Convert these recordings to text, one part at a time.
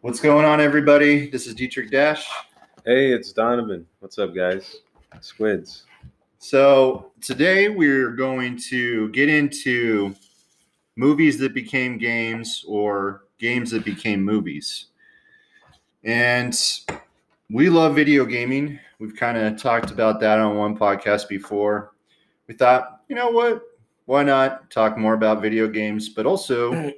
What's going on, everybody? This is Dietrich Dash. Hey, it's Donovan. What's up, guys? Squids. So, today we're going to get into movies that became games or games that became movies. And we love video gaming. We've kind of talked about that on one podcast before. We thought, you know what? Why not talk more about video games, but also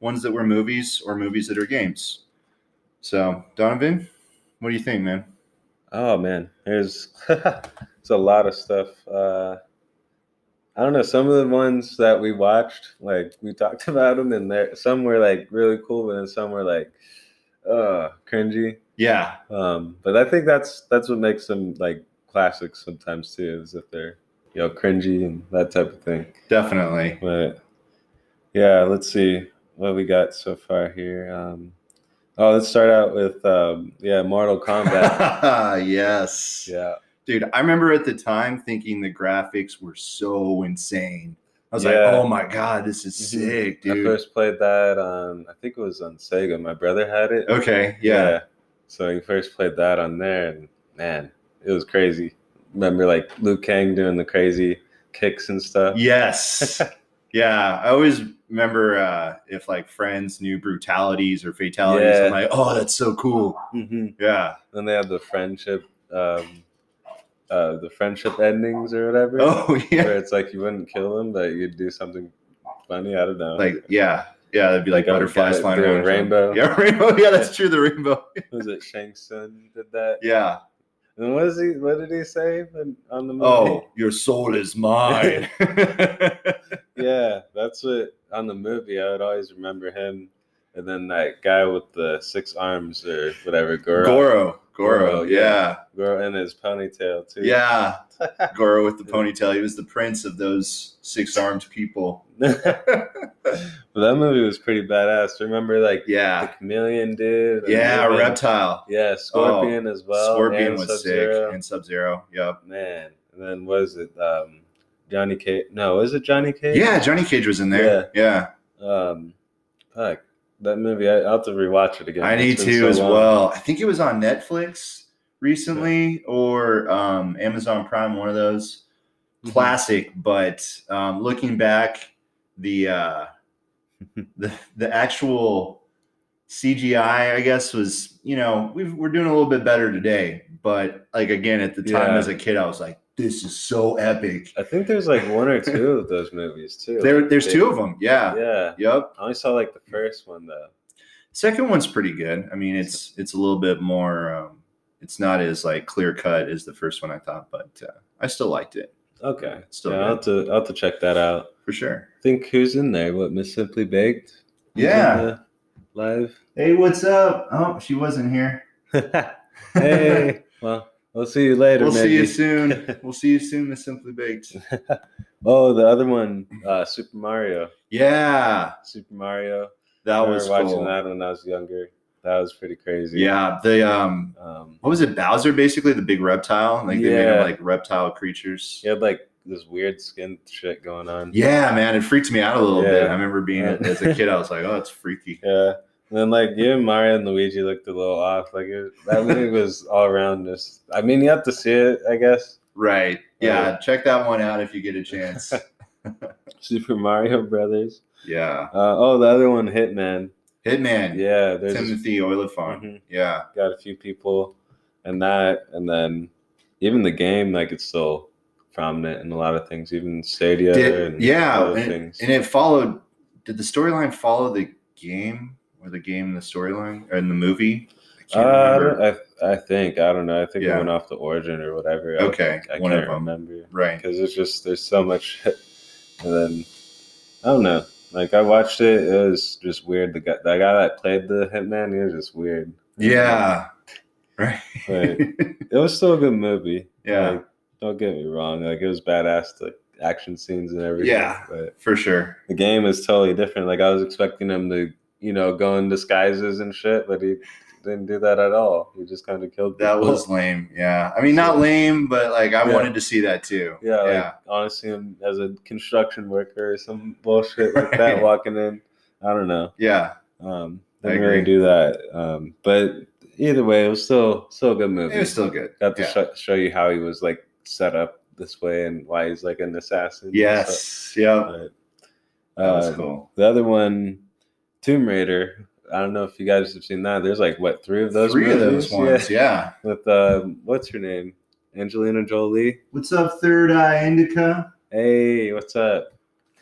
ones that were movies or movies that are games? So, Donovan, what do you think, man? Oh man, there's it's a lot of stuff. Uh, I don't know. Some of the ones that we watched, like we talked about them, and there some were like really cool, but then some were like, uh, cringy. Yeah. Um, but I think that's that's what makes them like classics sometimes too, is if they're you know cringy and that type of thing. Definitely. But yeah, let's see what we got so far here. Um, oh, let's start out with um, yeah, Mortal Kombat. yes. yeah, Dude, I remember at the time thinking the graphics were so insane. I was Yeah. like, oh my God, this is Mhm. sick, I dude. first played that on I think it was on Sega. My brother had it. Okay. Oh, Yeah. So he first played that on there, and man, it was crazy. Remember like Liu Kang doing the crazy kicks and stuff. Yes. yeah. I always remember uh, if like friends knew brutalities or fatalities. Yeah. I'm like, oh, that's so cool. Mm-hmm. Yeah. Then they have the friendship, um, uh, the friendship endings or whatever. Oh, yeah. Where it's like you wouldn't kill them, but you'd do something funny. I don't know. Like, yeah. Yeah. That'd be like Like, oh, butterflies yeah, flying doing around. or something. rainbow. Yeah. Rainbow. Yeah. That's true. The rainbow. was it Shang Tsung did that? Yeah. And what is he? What did he say when- on the movie? Oh, your soul is mine. yeah, that's what on the movie. I would always remember him, and then that guy with the six arms or whatever, Goro, Goro. Goro. Goro, Yeah. yeah. Goro and his ponytail too. Yeah. Goro with the ponytail. He was the prince of those six armed people. but that movie was pretty badass. Remember, like the Yeah. chameleon dude. and Yeah. Raven? Reptile. Yeah, Scorpion as well. Scorpion and was Sub-Zero. sick. And Sub Zero. Yep. Man, and then was it um, Johnny Cage? No, is it Johnny Cage? Yeah. Johnny Cage was in there. Yeah. Um, fuck that movie. I, I'll have to rewatch it again. I need It's been to so as long. well. I think it was on Netflix recently or um, Amazon Prime, one of those. Mhm. classic, but um, looking back, the uh, the the actual CGI, I guess, was you know we've, we're doing a little bit better today. But like again, at the time Yeah. as a kid, I was like, "This is so epic." I think there's like one or two of those movies too. There, there's They- two of them. Yeah. Yeah, Yep. I only saw like the first one though. Second one's pretty good. I mean, it's it's a little bit more. Um, it's not as like clear cut as the first one I thought, but uh, I still liked it Okay, Still yeah, I'll have to I'll have to check that out. for sure. I think who's in there? What Miss Simply Baked? Who's in Yeah. the live. Hey, what's up? Oh, she wasn't here. hey, well, we'll see you later. We'll see you maybe. soon. We'll see you soon, Miss Simply Baked. Oh, the other one, uh, Super Mario. Yeah, Super Mario. that I was remember watching cool. that when I was younger. That was pretty crazy. Yeah, the um, Um, what was it? Bowser, basically the big reptile. Like they made Yeah. him like reptile creatures. He had like this weird skin shit going on. Yeah, man, it freaked me out a little bit. Yeah. I remember being Yeah. as a kid, I was like, "Oh, it's freaky." Yeah. And then like you and Mario and Luigi looked a little off. Like it, that movie was all around just. I mean, you have to see it, I guess. Right? Yeah, Yeah. check that one out if you get a chance. Super Mario Brothers. yeah, Uh, oh, the other one, Hitman. Hitman. Yeah, there's Timothy Oilifon. Mhm. Yeah, got a few people, and that, and then even the game, like it's still prominent in a lot of things, even Stadia. Did- and yeah, other and, things. and it followed. Did the storyline follow the game, or the game and the storyline, or in the movie? I can't Uh, I, remember. don't- I, I think I don't know. I think Yeah. it went off the origin or whatever. I- okay, I, one can't of them. remember. Right. because it's just there's so much shit. and then i don't know like i watched it it was just weird the guy, the guy that played the hitman he was just weird Yeah. Right. but it was still a good movie yeah, Like, don't get me wrong like it was badass like action scenes and everything Yeah. but for sure. the game is totally different like i was expecting him to you know go in disguises and shit but he didn't do that at all he just kind of killed That people. was lame. Yeah. I mean, not lame, but like I Yeah. wanted to see that too. Yeah, like Yeah. honestly, him as a construction worker or some bullshit like that Right. walking in. I don't know. Yeah. Um, I didn't really agree. do that. Um, but either way, it was still still a good movie. It was still good. Got to yeah. sho- show you how he was like set up this way and why he's like an assassin. and stuff. Yes. Yeah. But, That was um, cool. The other one, Tomb Raider. I don't know if you guys have seen that. There's like what three of those? Three of movies? those ones. Yeah. Yeah. With um, what's her name? Angelina Jolie. What's up, Third Eye Indica? Hey, what's up?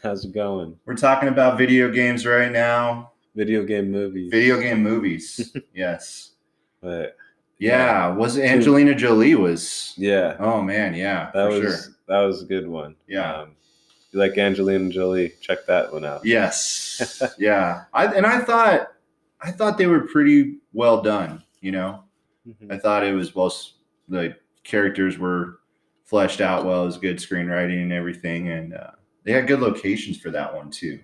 How's it going? We're talking about video games right now. Video game movies. Video game movies. yes. But Yeah. Was Angelina Jolie was. yeah, Oh man, yeah, that for was sure. that was a good one. Yeah. Um, if you like Angelina Jolie? Check that one out. Yes. yeah. I and I thought I thought they were pretty well done, you know. I thought it was well s- the characters were fleshed out well, it was good screenwriting and everything and uh, they had good locations for that one too,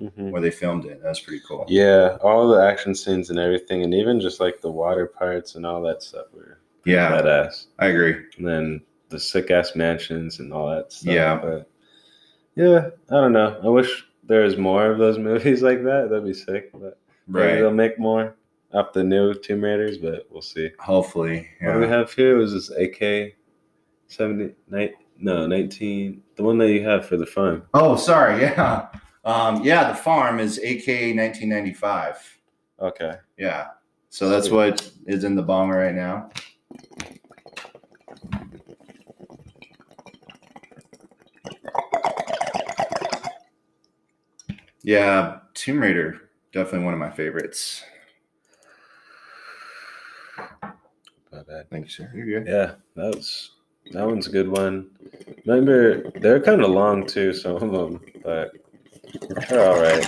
Mhm. where they filmed it. That was pretty cool. Yeah, all the action scenes and everything, and even just like the water parts and all that stuff were Yeah, badass. I agree. and then the sick ass mansions and all that stuff. Yeah. But yeah, I don't know. I wish there was more of those movies like that. That'd be sick. But maybe Right. they'll make more up the new Tomb Raiders, but we'll see. Hopefully. What do we Yeah. have here? Was this AK seventy nine no, nineteen the one that you have for the farm. Oh, sorry. Yeah. Um, yeah, the farm is AK 1995. Okay. Yeah. So that's Sweet. what is in the bong right now. Yeah, Tomb Raider, definitely one of my favorites. My bad. Thanks, sir. You're good. Yeah, that was that one's a good one. Remember, they're kind of long too, some of them, but they're all right.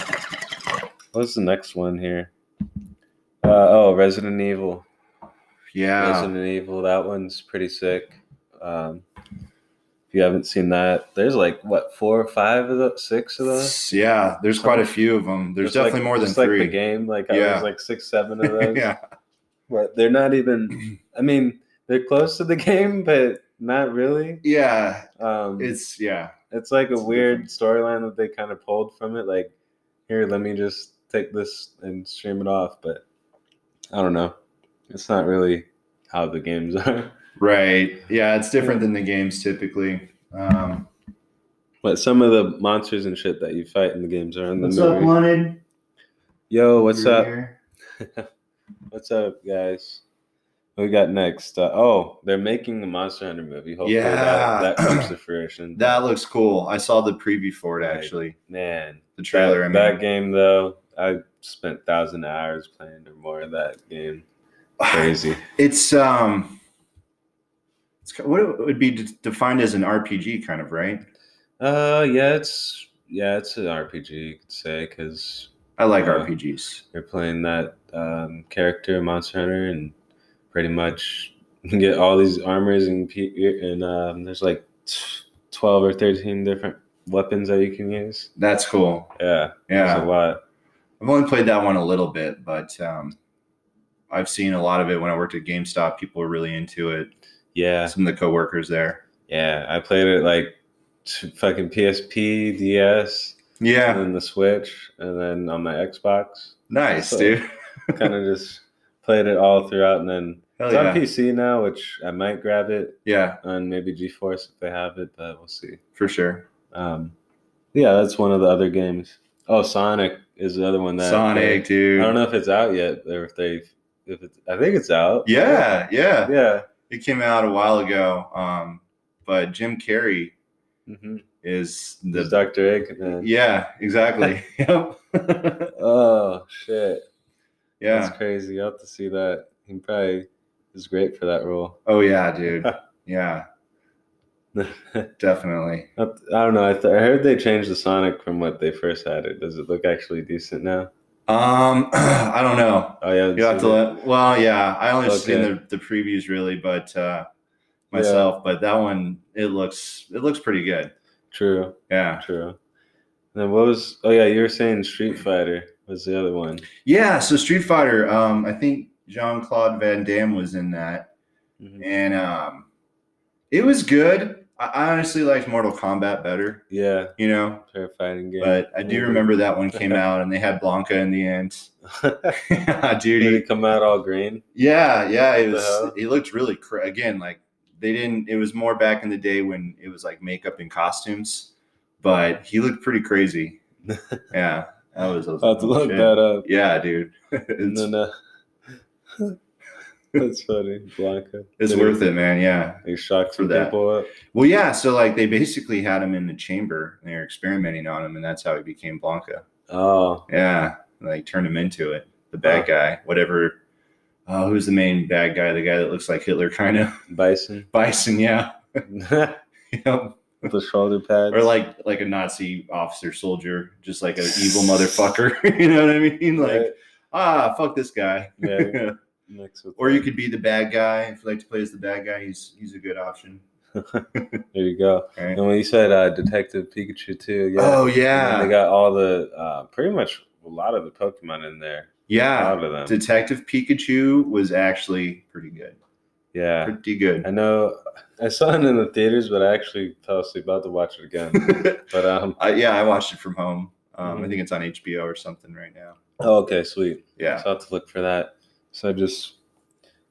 What's the next one here? Uh, oh, Resident Evil. Ah. Yeah. Resident Evil. That one's pretty sick. Um, if you haven't seen that, there's like what four or five of those, six of those. Yeah, there's quite a few of them. There's Just like- definitely more than just like three. the game. Like Yeah. there's like six, seven of those. yeah. But they're not even. I mean, they're close to the game, but not really. Yeah. Um, It's yeah. It's like a It's weird storyline that they kind of pulled from it. Like, here, let me just take this and stream it off. But I don't know. It's not really how the games are. Right. Yeah, it's different than the games typically. Um, But some of the monsters and shit that you fight in the games are in the what's movie. up, Wanted? Yo, what's You're up? here. What's up, guys? What we got next? Uh, oh, they're making the Monster Hunter movie. Hopefully Yeah. that, that comes to fruition. That looks cool. I saw the preview for it Right. actually. man, The trailer. That, I mean, that game though, I spent thousand hours playing or more of that game. Crazy. it's um, it's ki- what it would be de- defined as an RPG kind of right. Uh, yeah, it's yeah, it's an RPG you could say because I like Yeah. RPGs. you're playing that um, character Monster Hunter and pretty much you get all these armors and pe- and um, there's like t- twelve or thirteen different weapons that you can use. That's cool. Yeah, Yeah, there's a lot. I've only played that one a little bit, but um, I've seen a lot of it when I worked at GameStop. People were really into it. Yeah, Some of the coworkers there. yeah, I played it like t- fucking PSP, DS, and Yeah, then the Switch, and then on my Xbox. nice So- dude. kind of just played it all throughout, and then Hell it's on yeah. PC now, which I might grab it Yeah, on maybe GeForce if they have it, but we'll see. for sure. Um, yeah, that's one of the other games. Oh, Sonic is the other one that Sonic, dude. I don't know if it's out yet or if they if it's I think it's out. Yeah, yeah. yeah. It came out a while ago. Um, but Jim Carrey hmm is There's the Dr. Egg. Man. yeah, exactly. yep. Oh shit, Yeah. that's crazy. You'll have to see that. He probably is great for that role. Oh yeah, dude. Yeah, I definitely. I don't know. I, th- I heard they changed the Sonic from what they first had it. Does it look actually decent now? Um, I don't know. Oh yeah, You have to let. Well, yeah. I only Okay. seen the, the previews really, but uh, myself. But that one, it looks it looks pretty good. True. Yeah. True. And then what was? Oh yeah, you were saying Street Fighter was the other one. Yeah. So Street Fighter. Um, I think Jean Claude Van Damme was in that. and um, it was good. I, I honestly liked Mortal Kombat better, Yeah, you know. fair fighting game. But I do remember that one came out, and they had Blanca in the end. Dude, Did he he- come out all green? yeah, yeah, it What the was. hell? He looked really cr- again like they didn't. It was more back in the day when it was like makeup and costumes, but he looked pretty crazy. yeah, that was. I was I'll have like, oh, to look shit. that up. Yeah, dude, And it's, then, uh, that's funny, Blanca. it's worth it, man. Yeah, He shocked for some that. people up. Well, yeah. So like they basically had him in the chamber and they were experimenting on him, and that's how he became Blanca. Oh, Yeah, like turned him into it. The bad guy, whatever. Uh, who's the main bad guy? The guy that looks like Hitler, kind of Bison. Bison. Yeah, the Yep. shoulder pads. or like like a Nazi officer soldier, just like an evil motherfucker. you know what I mean? Like Right? ah, fuck this guy. yeah, mix with or you that. could be the bad guy if you like to play as the bad guy. He's he's a good option. There you go. All right. And when you said uh, Detective Pikachu too, yeah. Oh And yeah, They got all the uh, pretty much a lot of the Pokemon in there. A yeah. lot of them. Detective Pikachu was actually pretty good. Yeah. Pretty good. I know I saw it in the theaters, but I actually fell asleep about to watch it again. But um I, yeah, I watched it from home. Um, I Mhm. think it's on HBO or something right now. oh, okay, sweet. Yeah. So I'll have to look for that. So I just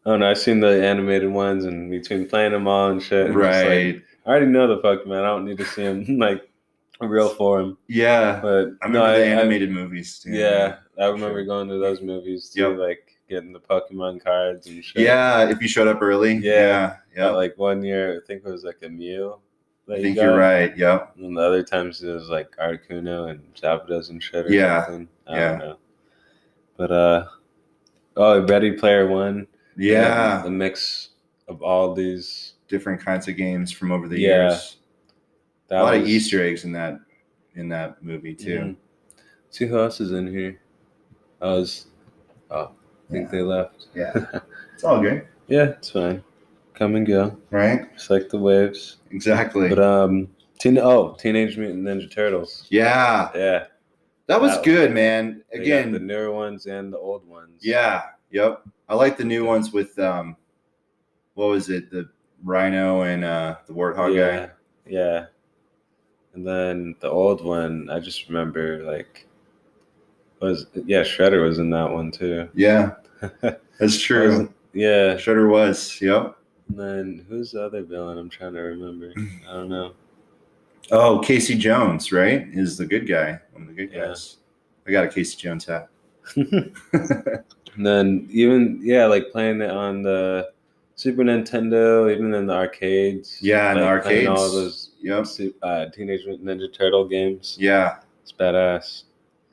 I don't know, I've seen the animated ones and between playing them all and shit. I'm just like, Right. I already know the Pokemon. I don't need to see them like in real form. yeah. But I no, remember the animated movies. Too. Yeah, I for remember sure. going to those movies too, Yep. like getting the Pokemon cards and shit. Yeah. If you showed up early. Yeah. Yeah. Yep. Like one year, I think it was like a Mew. that I you think got, you're right. Yep. And the other times it was like Articuno and Zapdos and shit. Or Yeah, Something. I yeah. don't know. But uh, oh, Ready Player One. Yeah. The mix of all these. Different kinds of games from over the Yeah. years. That A lot of was- Easter eggs in that in that movie too. Mhm. See who else is in here? I was. Oh, I think Yeah. they left. Yeah. it's all good. Yeah, it's fine. Come and go. Right? It's like the waves. Exactly. But um, teen- oh, Teenage Mutant Ninja Turtles. yeah. Yeah. That was That- good, man. they got Again, the newer ones and the old ones. Yeah. Yep. I like the new ones with um, what was it? The rhino and uh the warthog yeah, guy. yeah. And then the old one, I just remember like was yeah, Shredder was in that one too. Yeah. That's true. Yeah. Shredder was. Yep. And then who's the other villain? I'm trying to remember. I don't know. Oh, Casey Jones, right? Is the good guy. One of the good Yeah. guys. I got a Casey Jones hat. And then even yeah, like playing it on the Super Nintendo, even in the arcades. Yeah, in the like, playing All arcades. those Yep. Su- uh, Teenage Mutant Ninja Turtle games. Yeah, It's badass.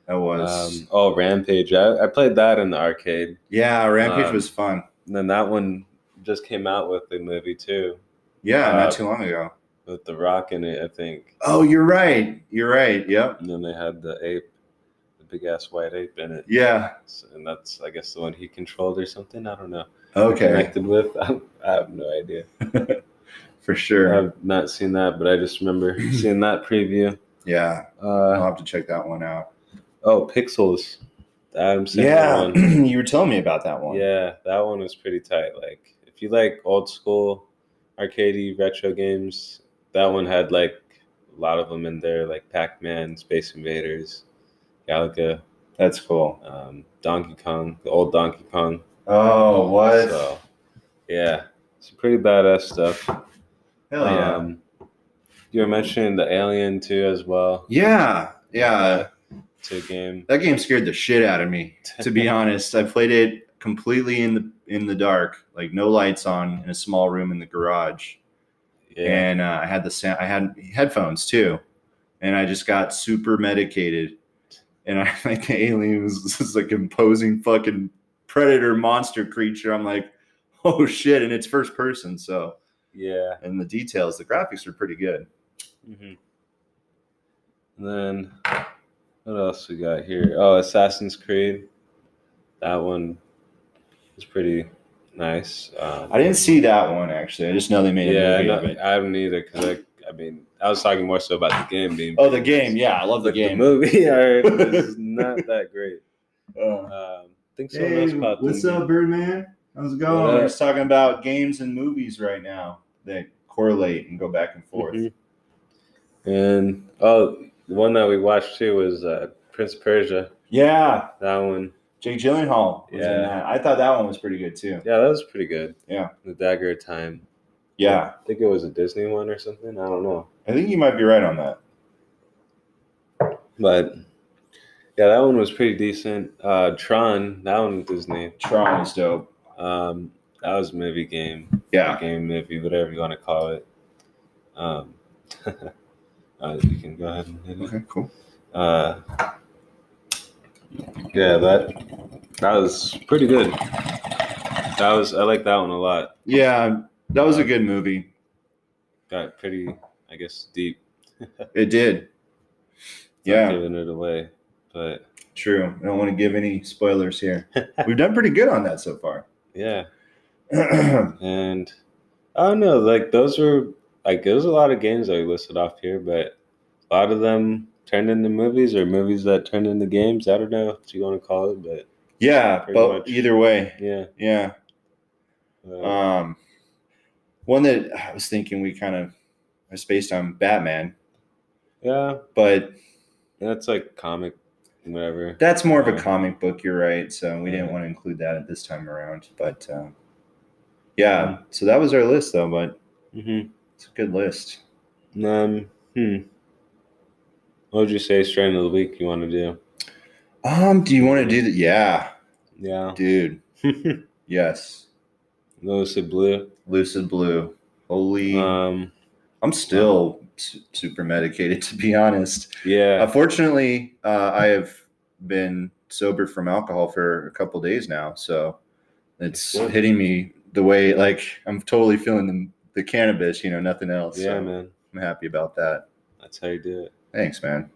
that was. Um, oh, Rampage. I, I played that in the arcade. yeah, Rampage um, was fun. And then that one just came out with the movie too, Yeah, uh, not too long ago. with The Rock in it, I think. Oh, you're right. You're right. Yep. And then they had the ape, the big ass white ape in it. Yeah. S- And that's, I guess, the one he controlled or something. I don't know. Okay. Connected with. I, don't- I have no idea. For sure. I've not seen that, but I just remember seeing that preview. Yeah. I'll Uh, have to check that one out. oh, Pixels. The Adam Sandler Yeah. one. you were telling me about that one. Yeah, that one was pretty tight. Like, if you like old school arcade retro games, that one had like a lot of them in there, like Pac Man, Space Invaders, Galaga, That's cool. um, Donkey Kong, the old Donkey Kong. Oh, what? So, yeah, some pretty badass stuff. Hell yeah. Um, you were mentioning the Alien too, as well. yeah. Yeah. To game. That game scared the shit out of me, to be honest. I played it completely in the in the dark, like no lights on in a small room in the garage. Yeah. And uh, I had the sound I had headphones too. And I just got super medicated. And I like the alien was this like imposing fucking predator monster creature. I'm like, oh shit, and it's first person, so Yeah. and the details, the graphics are pretty good. hmm Mm-hmm. And then what else we got here? Oh, Assassin's Creed. That one is pretty nice. Um, I didn't see that one actually. I just know they made a yeah, I, movie of don't- it. I haven't either because I, I mean, I was talking more so about the game being. Oh, the game. Yeah, I love the But the game. movie I heard is not that great. Um, Uh, I think someone else popped in. Birdman? How's it What We're up? just talking about games and movies right now that correlate and go back and forth. Mhm. And oh, the one that we watched too was uh, Prince of Persia. Yeah, That one. Jake Gyllenhaal was in Yeah. that. I thought that one was pretty good too. Yeah, that was pretty good. Yeah. The Dagger of Time. Yeah, I think it was a Disney one or something. I don't know. I think you might be right on that. But yeah, that one was pretty decent. Uh, Tron, that one was Disney. Tron was dope. Um, that was a movie game, Yeah, game movie, whatever you want to call it. Um, uh, you can go ahead and hit it. okay, cool. Uh, yeah, that that was pretty good. That was I like that one a lot. Yeah, that was a good movie. Got pretty, I guess, deep. It did. Yeah, giving it away, but true. I don't want to give any spoilers here. We've done pretty good on that so far. yeah, and I don't know. Like those were like there's a lot of games that we listed off here, but a lot of them turned into movies or movies that turned into games. I don't know what you want to call it, but yeah, Pretty but much. either way, yeah. yeah. Uh, Um, one that I was thinking we kind of I spaced on Batman, yeah, but that's like comic, whatever. that's more of a Yeah. comic book. You're right, so we didn't Yeah. want to include that at this time around. But um, yeah, so that was our list, though. But Mm-hmm. it's a good list. Um, hmm. What would you say strain of the week you want to do? Um, do you want to do that? Yeah, Yeah. dude. Yes, Lucid Blue. Lucid Blue. Holy, Um, I'm still su- super medicated to be honest. yeah. Unfortunately, uh, I have been sober from alcohol for a couple days now, so it's Good. hitting me the way like I'm totally feeling the, the cannabis, you know, nothing else. Yeah, so man. I'm happy about that. That's how you do it. Thanks, man.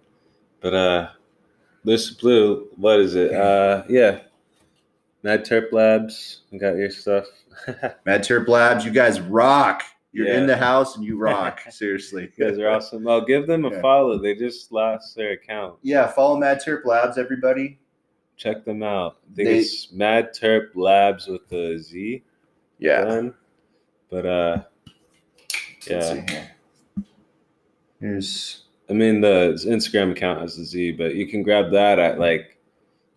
But, uh, Lucid Blue, what is it? Uh, yeah. Mad Terp Labs. We got your stuff. you Mad Terp Labs, you guys rock. You're Yeah. in the house and you rock. Seriously, guys are awesome. I'll give them a Yeah. follow. They just lost their account. Yeah, follow Mad Terp Labs, everybody. Check them out. I think They- it's Mad Terp Labs with a Z. Yeah. Done. But, uh, Let's yeah. see here. Here's I mean, the Instagram account has the Z, but you can grab that at like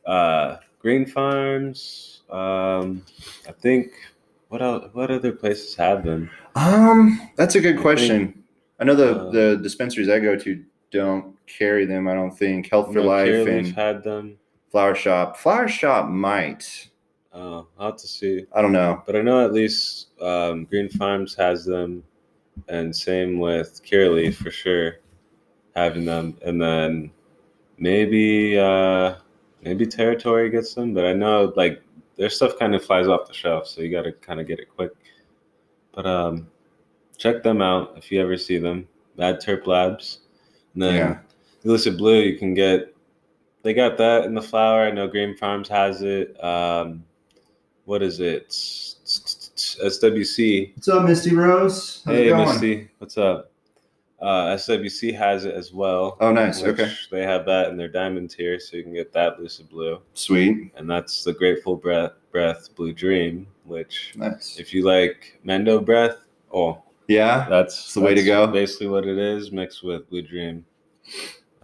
uh, Green Farms. Um, I think what else, what other places have them? Um, that's a good I question. I know the uh, the dispensaries I go to don't carry them. I don't think Health for No, Life Curaleaf and had them. Flower Shop. Flower Shop might. Oh, I'll have to see. I don't know. But I know at least um, Green Farms has them, and same with Curaleaf for sure, having them, and then maybe uh, maybe Territory gets them. But I know like their stuff kind of flies off the shelf, so you got to kind of get it quick. But um, check them out if you ever see them. Mad Terp Labs, and then Yeah. Illicit Blue. You can get they got that in the flower. I know Green Farms has it. Um, what is it? SWC. What's up, Misty Rose? hey, Misty, what's up? Uh, SWC has it as well. Oh, nice. which Okay, They have that in their diamond tier, so you can get that lucid blue, sweet, and that's the Grateful Breath Breath Blue Dream. Which, nice. if you like Mendo Breath, oh, Yeah, that's It's the way to that's go. Basically, what it is mixed with Blue Dream.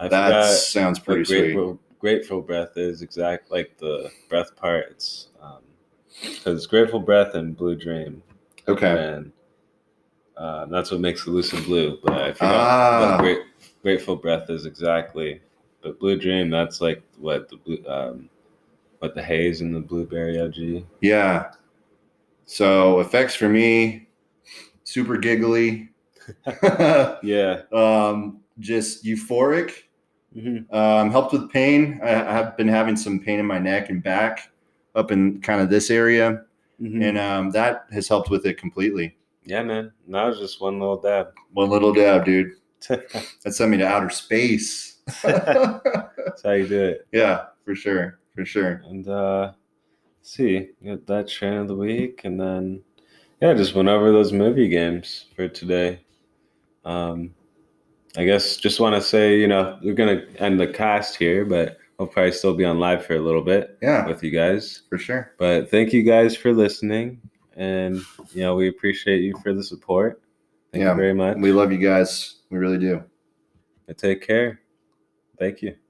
I that forgot- sounds pretty what sweet. grateful, grateful breath is exact like the breath part. It's because grateful breath and blue dream, Okay, and uh, that's what makes the lucid blue. But I forgot Ah. what great, grateful breath is exactly. But blue dream, that's like what the blue, um, what the haze and the blueberry OG. yeah. So effects for me, super giggly, Yeah, um, just euphoric. Mhm. Um, helped with pain. I, I have been having some pain in my neck and back, up in kind of this area, Hmm. and um, that has helped with it completely. yeah, man. And That was just one little dab. One little dab, dude. that's That sent me to outer space. how you do it. yeah, for sure, for sure. And uh let's see, got that train of the week and then yeah, just went over those movie games for today. Um I guess just wanna say, you know, we're gonna end the cast here, but I'll probably still be on live for a little bit Yeah, with you guys. for sure. But thank you guys for listening and you know, we appreciate you for the support. Thank Yeah, you very much. We love you guys. We really do. And take care. Thank you.